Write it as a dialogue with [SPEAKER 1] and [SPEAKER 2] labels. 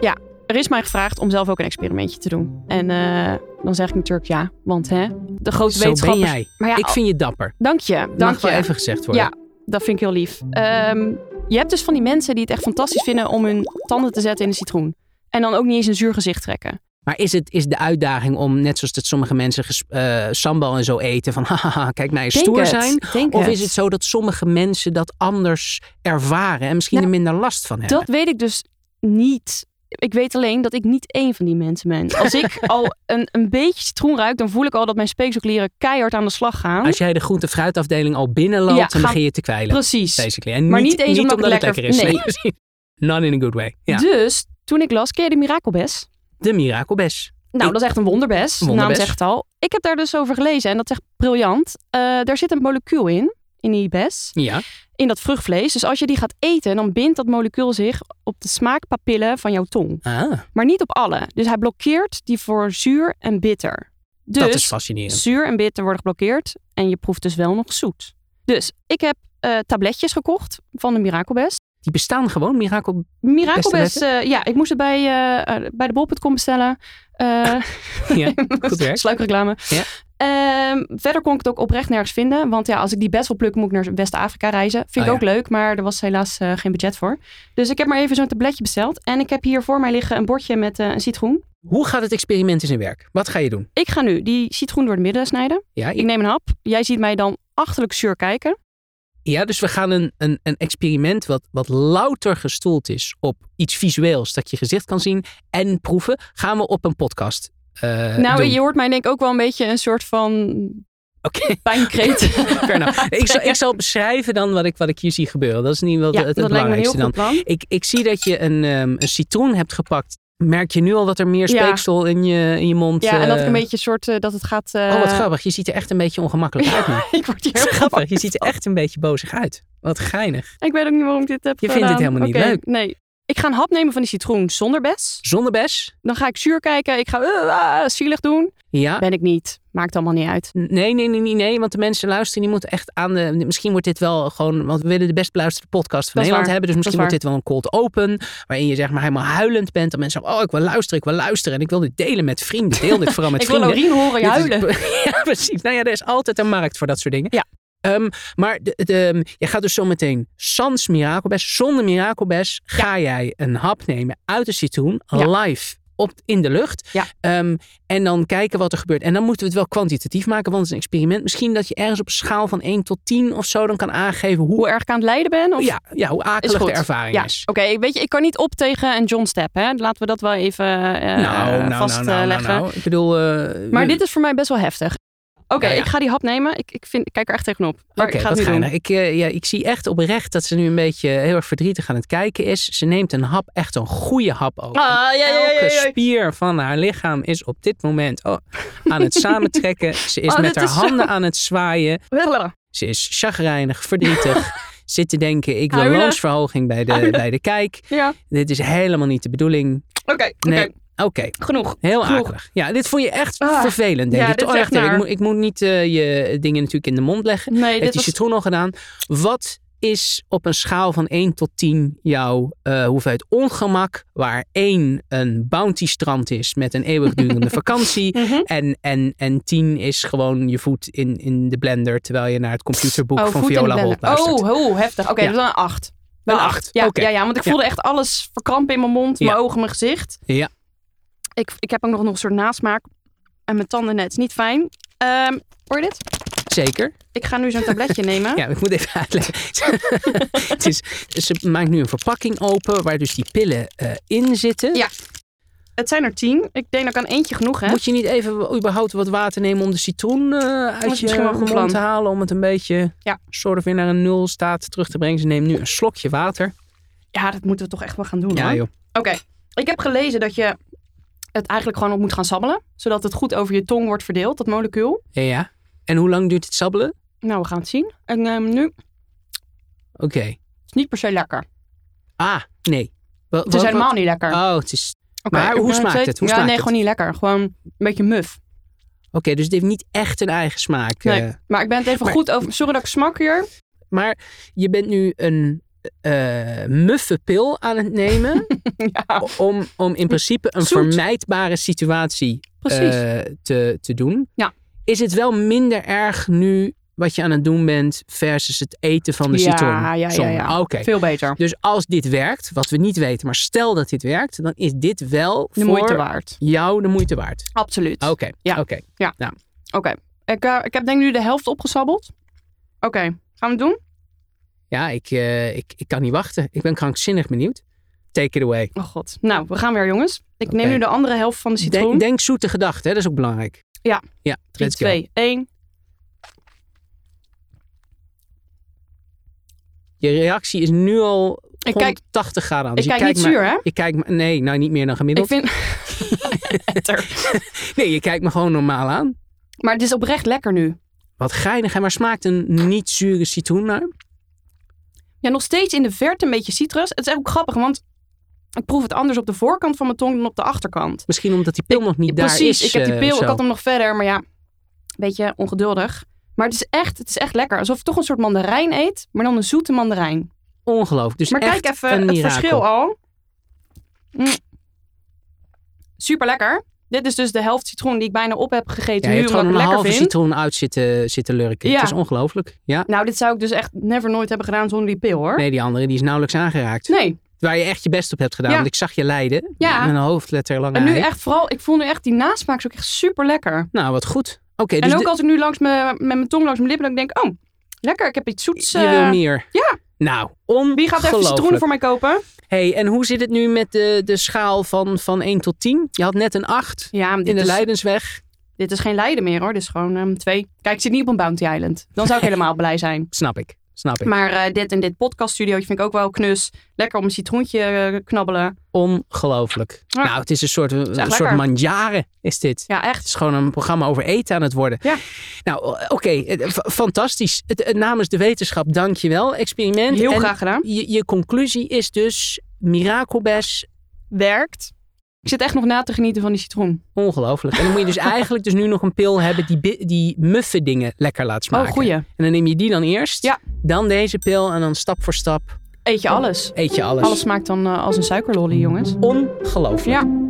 [SPEAKER 1] Ja, er is mij gevraagd om zelf ook een experimentje te doen. En eh, dan zeg ik natuurlijk ja, want hè, de grote
[SPEAKER 2] Zo ben
[SPEAKER 1] wetenschappers...
[SPEAKER 2] jij.
[SPEAKER 1] Maar ja, oh,
[SPEAKER 2] ik vind je dapper.
[SPEAKER 1] dank je, dank
[SPEAKER 2] Mag wel
[SPEAKER 1] je.
[SPEAKER 2] even gezegd worden.
[SPEAKER 1] Ja, dat vind ik heel lief. Ehm, je hebt dus van die mensen die het echt fantastisch vinden om hun tanden te zetten in de citroen. En dan ook niet eens een zuur gezicht trekken.
[SPEAKER 2] Maar is, het, is de uitdaging om, net zoals dat sommige mensen ges- eh, sambal en zo eten, van haha, kijk naar je
[SPEAKER 1] Denk
[SPEAKER 2] stoer
[SPEAKER 1] het,
[SPEAKER 2] zijn?
[SPEAKER 1] denk
[SPEAKER 2] Of is het zo dat sommige mensen dat anders ervaren en misschien
[SPEAKER 1] Nou,
[SPEAKER 2] er minder last van hebben?
[SPEAKER 1] Dat weet ik dus niet. Ik weet alleen dat ik niet één van die mensen ben. Als ik al een, een beetje citroen ruik, dan voel ik al dat mijn speekselklieren keihard aan de slag gaan.
[SPEAKER 2] Als jij de groente- en fruitafdeling al binnenloopt,
[SPEAKER 1] Ja,
[SPEAKER 2] dan
[SPEAKER 1] gaan-
[SPEAKER 2] begin je te kwijlen.
[SPEAKER 1] Precies.
[SPEAKER 2] Basically. En
[SPEAKER 1] Maar
[SPEAKER 2] niet,
[SPEAKER 1] niet eens omdat het
[SPEAKER 2] is.
[SPEAKER 1] lekker-
[SPEAKER 2] Nee. Not in a good way. Ja.
[SPEAKER 1] Dus toen ik las, ken je de mirakelbes?
[SPEAKER 2] De mirakelbes.
[SPEAKER 1] Nou,
[SPEAKER 2] Ik-
[SPEAKER 1] dat is echt een wonderbes. De naam
[SPEAKER 2] Wonderbes.
[SPEAKER 1] zegt het al. Ik heb daar dus over gelezen en dat is echt briljant. Eh, daar zit een molecuul in, in die bes.
[SPEAKER 2] Ja.
[SPEAKER 1] in dat vruchtvlees. Dus als je die gaat eten, dan bindt dat molecuul zich op de smaakpapillen van jouw tong.
[SPEAKER 2] Ah,
[SPEAKER 1] Maar niet op alle. Dus hij blokkeert die voor zuur en bitter. Dus
[SPEAKER 2] dat is fascinerend.
[SPEAKER 1] zuur en bitter worden geblokkeerd en je proeft dus wel nog zoet. Dus ik heb eh, tabletjes gekocht van de Mirakelbest.
[SPEAKER 2] Die bestaan gewoon, mirakel.
[SPEAKER 1] Mirakelbest, eh, ja, ik moest het bij, eh, eh, bij de bol.com bestellen. Eh
[SPEAKER 2] Ja, goed werk.
[SPEAKER 1] Sluikreclame.
[SPEAKER 2] Ja.
[SPEAKER 1] Ehm, verder kon ik het ook oprecht nergens vinden. Want ja, als ik die best wil plukken, moet ik naar West-Afrika reizen. Vind ik
[SPEAKER 2] Oh
[SPEAKER 1] ook leuk, maar er was helaas eh, geen budget voor. Dus ik heb maar even zo'n tabletje besteld. En ik heb hier voor mij liggen een bordje met eh, een citroen.
[SPEAKER 2] Hoe gaat het experiment in zijn werk? Wat ga je doen?
[SPEAKER 1] Ik ga nu die citroen door het midden snijden.
[SPEAKER 2] Ja,
[SPEAKER 1] Ik neem een hap. Jij ziet mij dan achterlijk zuur kijken.
[SPEAKER 2] Ja, dus we gaan een, een, een experiment wat, wat louter gestoeld is op iets visueels dat je gezicht kan zien en proeven, gaan we op een podcast. eh,
[SPEAKER 1] nou,
[SPEAKER 2] doen.
[SPEAKER 1] je hoort mij denk ik ook wel een beetje een soort van
[SPEAKER 2] Oké,
[SPEAKER 1] pijnkreet.
[SPEAKER 2] fair enough. ik, zal, ik zal beschrijven dan wat ik, wat ik hier zie gebeuren. Dat is niet wel
[SPEAKER 1] ja,
[SPEAKER 2] het, het
[SPEAKER 1] dat lijkt me een heel
[SPEAKER 2] belangrijkste
[SPEAKER 1] goed
[SPEAKER 2] dan.
[SPEAKER 1] plan.
[SPEAKER 2] Ik, ik zie dat je een, ehm, een citroen hebt gepakt. Merk je nu al dat er meer
[SPEAKER 1] Ja.
[SPEAKER 2] speeksel in, je, in je mond...
[SPEAKER 1] Ja, en dat ik
[SPEAKER 2] eh,
[SPEAKER 1] een beetje een soort, eh, dat het gaat... eh,
[SPEAKER 2] Oh, wat grappig. Je ziet er echt een beetje ongemakkelijk uit. nu.
[SPEAKER 1] ik word hier heel
[SPEAKER 2] grappig. Je ziet er echt een beetje bozig uit. Wat geinig.
[SPEAKER 1] Ik weet ook niet waarom ik dit heb
[SPEAKER 2] Je vindt
[SPEAKER 1] gedaan.
[SPEAKER 2] dit helemaal niet
[SPEAKER 1] Oké,
[SPEAKER 2] leuk.
[SPEAKER 1] Nee. Ik ga een hap nemen van die citroen zonder bes.
[SPEAKER 2] Zonder bes?
[SPEAKER 1] Dan ga ik zuur kijken. Ik ga eh, ah, zielig doen.
[SPEAKER 2] Ja.
[SPEAKER 1] Ben ik niet. Maakt allemaal niet uit.
[SPEAKER 2] Nee, nee, nee, nee, nee, want de mensen luisteren, die moeten echt aan de... Misschien wordt dit wel gewoon... Want we willen de best beluisterde podcast van
[SPEAKER 1] Dat is
[SPEAKER 2] Nederland
[SPEAKER 1] waar,
[SPEAKER 2] hebben.
[SPEAKER 1] dat
[SPEAKER 2] Dus misschien
[SPEAKER 1] is
[SPEAKER 2] wordt dit wel een cold open. Waarin je zeg maar helemaal huilend bent. Dat mensen zeggen, oh, ik wil luisteren, ik wil luisteren. En ik wil dit delen met vrienden. Deel dit vooral met
[SPEAKER 1] ik wil
[SPEAKER 2] vrienden.
[SPEAKER 1] Laurien horen
[SPEAKER 2] Dit is-
[SPEAKER 1] huilen.
[SPEAKER 2] ja, precies. Nou ja, er is altijd een markt voor dat soort dingen.
[SPEAKER 1] Ja.
[SPEAKER 2] Ehm, maar de, de- je gaat dus zometeen sans mirakelbes, zonder mirakelbes, ga jij een hap nemen uit de citroen,
[SPEAKER 1] Ja.
[SPEAKER 2] live op, in de lucht.
[SPEAKER 1] Ja.
[SPEAKER 2] Ehm, en dan kijken wat er gebeurt. En dan moeten we het wel kwantitatief maken, want het is een experiment. Misschien dat je ergens op een schaal van 1 tot 10 of zo dan kan aangeven hoe,
[SPEAKER 1] Hoe erg ik aan het lijden ben? Of...
[SPEAKER 2] ja, ja, hoe
[SPEAKER 1] Is
[SPEAKER 2] akelig
[SPEAKER 1] goed.
[SPEAKER 2] de ervaring
[SPEAKER 1] Ja,
[SPEAKER 2] is.
[SPEAKER 1] oké. weet je, ik kan niet op tegen een John Step. Hè? Laten we dat wel even
[SPEAKER 2] Nou,
[SPEAKER 1] eh, vastleggen.
[SPEAKER 2] Ik bedoel... eh,
[SPEAKER 1] Maar dit is voor mij best wel heftig. Oké,
[SPEAKER 2] Ja, ja.
[SPEAKER 1] ik ga die hap nemen. Ik, ik, vind, ik kijk er echt tegenop. Maar
[SPEAKER 2] Oké,
[SPEAKER 1] ik ga
[SPEAKER 2] wat
[SPEAKER 1] het nu doen.
[SPEAKER 2] geinig. Ik, eh, ja, ik zie echt oprecht dat ze nu een beetje heel erg verdrietig aan het kijken is. Ze neemt een hap, echt een goede hap ook.
[SPEAKER 1] Ah, ja, ja, ja,
[SPEAKER 2] Elke
[SPEAKER 1] ja, ja.
[SPEAKER 2] spier van haar lichaam is op dit moment oh, aan het samentrekken. Ze is
[SPEAKER 1] Oh,
[SPEAKER 2] met
[SPEAKER 1] dit
[SPEAKER 2] haar
[SPEAKER 1] is zo-
[SPEAKER 2] handen aan het zwaaien.
[SPEAKER 1] Blablabla.
[SPEAKER 2] Ze is chagrijnig, verdrietig. zit te denken, ik wil
[SPEAKER 1] Huilen.
[SPEAKER 2] loonsverhoging bij de,
[SPEAKER 1] Huilen.
[SPEAKER 2] bij de kijk.
[SPEAKER 1] Ja,
[SPEAKER 2] Dit is helemaal niet de bedoeling.
[SPEAKER 1] oké. oké.
[SPEAKER 2] Nee. Oké,
[SPEAKER 1] Genoeg.
[SPEAKER 2] heel
[SPEAKER 1] Genoeg.
[SPEAKER 2] akelig. Ja, dit vond je echt
[SPEAKER 1] Ah.
[SPEAKER 2] vervelend, denk
[SPEAKER 1] Ja,
[SPEAKER 2] ik.
[SPEAKER 1] dit is
[SPEAKER 2] Oh,
[SPEAKER 1] echt
[SPEAKER 2] echt, ik,
[SPEAKER 1] naar.
[SPEAKER 2] moet, ik moet niet eh, je dingen natuurlijk in de mond leggen
[SPEAKER 1] Nee,
[SPEAKER 2] heeft
[SPEAKER 1] dit
[SPEAKER 2] die
[SPEAKER 1] was
[SPEAKER 2] citroen al gedaan. Wat is op een schaal van 1 tot 10 jouw eh, hoeveelheid ongemak? Waar 1 een bounty strand is met een eeuwigdurende vakantie.
[SPEAKER 1] Mhm.
[SPEAKER 2] En, en, en 10 is gewoon je voet in, in de blender terwijl je naar het computerboek
[SPEAKER 1] Oh,
[SPEAKER 2] van
[SPEAKER 1] voet in de
[SPEAKER 2] Viola
[SPEAKER 1] blender.
[SPEAKER 2] Holt luistert.
[SPEAKER 1] Oh, oh, heftig. Oké,
[SPEAKER 2] Ja.
[SPEAKER 1] dus dan een acht. Wel
[SPEAKER 2] Een
[SPEAKER 1] acht.
[SPEAKER 2] acht,
[SPEAKER 1] Ja,
[SPEAKER 2] oké.
[SPEAKER 1] ja, ja, want ik
[SPEAKER 2] Ja.
[SPEAKER 1] voelde echt alles verkrampen in mijn mond,
[SPEAKER 2] Ja.
[SPEAKER 1] mijn ogen, mijn gezicht.
[SPEAKER 2] Ja.
[SPEAKER 1] Ik, ik heb ook nog, nog een soort nasmaak. En mijn tanden net. Is niet fijn. Ehm, hoor je dit?
[SPEAKER 2] Zeker.
[SPEAKER 1] Ik ga nu zo'n tabletje nemen.
[SPEAKER 2] Ja, ik moet even uitleggen. het is, ze maakt nu een verpakking open waar dus die pillen eh, in zitten.
[SPEAKER 1] Ja. Het zijn er tien. Ik denk dat ik aan eentje genoeg heb.
[SPEAKER 2] Moet je niet even überhaupt wat water nemen om de citroen eh,
[SPEAKER 1] is
[SPEAKER 2] uit je
[SPEAKER 1] misschien wel een goed
[SPEAKER 2] mond te
[SPEAKER 1] plan.
[SPEAKER 2] halen? Om het een beetje
[SPEAKER 1] Ja.
[SPEAKER 2] soort of weer naar een nul staat terug te brengen. Ze neemt nu een slokje water.
[SPEAKER 1] Ja, dat moeten we toch echt wel gaan doen.
[SPEAKER 2] Ja
[SPEAKER 1] hoor.
[SPEAKER 2] joh.
[SPEAKER 1] Oké, ik heb gelezen dat je het eigenlijk gewoon op moet gaan sabbelen. Zodat het goed over je tong wordt verdeeld, dat molecuul.
[SPEAKER 2] Ja, ja. En hoe lang duurt het sabbelen?
[SPEAKER 1] Nou, we gaan het zien. En ehm, nu, het
[SPEAKER 2] Oké.
[SPEAKER 1] is niet per se lekker.
[SPEAKER 2] Ah, nee. Wa-
[SPEAKER 1] Het
[SPEAKER 2] wa-
[SPEAKER 1] is
[SPEAKER 2] wat-
[SPEAKER 1] helemaal niet lekker.
[SPEAKER 2] Oh, het is...
[SPEAKER 1] Oké,
[SPEAKER 2] Maar
[SPEAKER 1] ik
[SPEAKER 2] hoe
[SPEAKER 1] ben
[SPEAKER 2] smaakt
[SPEAKER 1] steeds-
[SPEAKER 2] het? Hoe
[SPEAKER 1] ja,
[SPEAKER 2] smaakt
[SPEAKER 1] nee,
[SPEAKER 2] het?
[SPEAKER 1] gewoon niet lekker. Gewoon een beetje muf.
[SPEAKER 2] Oké, dus het heeft niet echt een eigen smaak.
[SPEAKER 1] Nee.
[SPEAKER 2] eh.
[SPEAKER 1] Maar ik ben het even
[SPEAKER 2] Maar-
[SPEAKER 1] goed over... Sorry dat ik smak hier.
[SPEAKER 2] maar je bent nu een, eh, muffe pil aan het nemen.
[SPEAKER 1] Ja,
[SPEAKER 2] om, om in principe een
[SPEAKER 1] Oh. Zoet.
[SPEAKER 2] vermijdbare situatie
[SPEAKER 1] precies.
[SPEAKER 2] eh, te, te doen.
[SPEAKER 1] Ja.
[SPEAKER 2] Is het wel minder erg nu wat je aan het doen bent versus het eten van de
[SPEAKER 1] Ja,
[SPEAKER 2] citroen?
[SPEAKER 1] ja, ja,
[SPEAKER 2] Zon.
[SPEAKER 1] ja.
[SPEAKER 2] Oké.
[SPEAKER 1] Veel beter.
[SPEAKER 2] Dus als dit werkt, wat we niet weten, maar stel dat dit werkt, dan is dit wel
[SPEAKER 1] De
[SPEAKER 2] voor
[SPEAKER 1] moeite waard.
[SPEAKER 2] jou de moeite waard.
[SPEAKER 1] Absoluut.
[SPEAKER 2] Oké,
[SPEAKER 1] Ja.
[SPEAKER 2] oké.
[SPEAKER 1] Oké. Ik, eh, ik heb denk ik nu de helft opgesabbeld. Oké, gaan we het doen?
[SPEAKER 2] Ja, ik, eh, ik, ik kan niet wachten. Ik ben krankzinnig benieuwd. Take it away.
[SPEAKER 1] Oh god. Nou, we gaan weer jongens. Ik neem
[SPEAKER 2] Oké.
[SPEAKER 1] nu de andere helft van de citroen.
[SPEAKER 2] Denk, denk zoete gedachten, hè? dat is ook belangrijk.
[SPEAKER 1] Ja.
[SPEAKER 2] Ja,
[SPEAKER 1] 3,
[SPEAKER 2] let's go.
[SPEAKER 1] 2, 1.
[SPEAKER 2] Je reactie is nu al
[SPEAKER 1] Ik kijk,
[SPEAKER 2] 180 graden
[SPEAKER 1] ik
[SPEAKER 2] aan. Dus je
[SPEAKER 1] kijk niet
[SPEAKER 2] kijkt me-
[SPEAKER 1] zuur, hè?
[SPEAKER 2] Je kijkt me, nee, nou niet meer dan
[SPEAKER 1] Ik
[SPEAKER 2] gemiddeld.
[SPEAKER 1] vind...
[SPEAKER 2] Nee, je kijkt me gewoon normaal aan.
[SPEAKER 1] Maar het is oprecht lekker nu.
[SPEAKER 2] Wat geinig. hè? Maar smaakt een niet zure citroen naar?
[SPEAKER 1] Ja, nog steeds in de verte een beetje citrus. Het is ook grappig, want ik proef het anders op de voorkant van mijn tong dan op de achterkant.
[SPEAKER 2] Misschien omdat die pil nog niet daar is.
[SPEAKER 1] Precies, ik heb die
[SPEAKER 2] eh,
[SPEAKER 1] pil,
[SPEAKER 2] of
[SPEAKER 1] ik
[SPEAKER 2] zo.
[SPEAKER 1] had hem nog verder, maar ja, een beetje ongeduldig. Maar het is echt, het is echt lekker. Alsof ik toch een soort mandarijn eet, maar dan een zoete mandarijn.
[SPEAKER 2] Ongelooflijk. Dus
[SPEAKER 1] Maar
[SPEAKER 2] echt
[SPEAKER 1] kijk even
[SPEAKER 2] een
[SPEAKER 1] het
[SPEAKER 2] mirakel.
[SPEAKER 1] verschil al. Super lekker. Dit is dus de helft citroen die ik bijna op heb gegeten
[SPEAKER 2] Ja, je
[SPEAKER 1] nu,
[SPEAKER 2] hebt
[SPEAKER 1] omdat ik
[SPEAKER 2] gewoon een
[SPEAKER 1] het lekker
[SPEAKER 2] halve
[SPEAKER 1] vind.
[SPEAKER 2] citroen uit zitten, zitten lurken.
[SPEAKER 1] Ja.
[SPEAKER 2] Het is ongelooflijk. Ja.
[SPEAKER 1] Nou, dit zou ik dus echt never nooit hebben gedaan zonder die pil, hoor.
[SPEAKER 2] Nee, die andere die is nauwelijks aangeraakt.
[SPEAKER 1] Nee.
[SPEAKER 2] Waar je echt je best op hebt gedaan.
[SPEAKER 1] Ja.
[SPEAKER 2] Want ik zag je lijden.
[SPEAKER 1] Ja.
[SPEAKER 2] Met een hoofdletter lang
[SPEAKER 1] En nu
[SPEAKER 2] ei.
[SPEAKER 1] echt vooral, ik voel nu echt, die nasmaak is ook echt super lekker.
[SPEAKER 2] Nou, wat goed. Oké, dus
[SPEAKER 1] En ook
[SPEAKER 2] de-
[SPEAKER 1] als ik nu langs mijn- met mijn tong langs mijn lippen, dan denk ik, oh, lekker, ik heb iets zoets.
[SPEAKER 2] je
[SPEAKER 1] eh,
[SPEAKER 2] wil meer.
[SPEAKER 1] ja.
[SPEAKER 2] Nou, ongelooflijk.
[SPEAKER 1] Wie gaat even citroenen voor mij kopen?
[SPEAKER 2] Hey, en hoe zit het nu met de, de schaal van, van 1 tot 10? Je had net een 8
[SPEAKER 1] Ja, maar
[SPEAKER 2] in
[SPEAKER 1] dit
[SPEAKER 2] de
[SPEAKER 1] is,
[SPEAKER 2] Leidensweg.
[SPEAKER 1] dit is geen Leiden meer hoor. Dit is gewoon ehm, twee. Kijk, ik zit niet op een Bounty Island. Dan zou ik helemaal blij zijn.
[SPEAKER 2] Snap ik. Snap ik.
[SPEAKER 1] Maar eh, dit en dit podcaststudiootje vind ik ook wel knus. Lekker om een citroentje eh, knabbelen.
[SPEAKER 2] Ongelooflijk.
[SPEAKER 1] Ja.
[SPEAKER 2] Nou, het is een soort, een
[SPEAKER 1] echt
[SPEAKER 2] soort
[SPEAKER 1] lekker.
[SPEAKER 2] manjaren is dit.
[SPEAKER 1] Ja,
[SPEAKER 2] Het
[SPEAKER 1] echt.
[SPEAKER 2] is gewoon een programma over eten aan het worden.
[SPEAKER 1] Ja.
[SPEAKER 2] Nou, o- oké. eh, f- Fantastisch. Het, het- namens de wetenschap, dank je wel. Experiment.
[SPEAKER 1] Heel
[SPEAKER 2] En
[SPEAKER 1] graag gedaan.
[SPEAKER 2] Je, je conclusie is dus mirakelbes.
[SPEAKER 1] Werkt. Ik zit echt nog na te genieten van die citroen.
[SPEAKER 2] Ongelooflijk. En dan moet je dus eigenlijk dus nu nog een pil hebben die, bi- die muffe dingen lekker laat smaken.
[SPEAKER 1] Oh, goeie.
[SPEAKER 2] En dan neem je die dan eerst.
[SPEAKER 1] Ja.
[SPEAKER 2] Dan deze pil en dan stap voor stap
[SPEAKER 1] Eet je alles?
[SPEAKER 2] eet je alles.
[SPEAKER 1] Alles smaakt dan eh, als een suikerlolly, jongens.
[SPEAKER 2] Ongelooflijk.
[SPEAKER 1] Ja.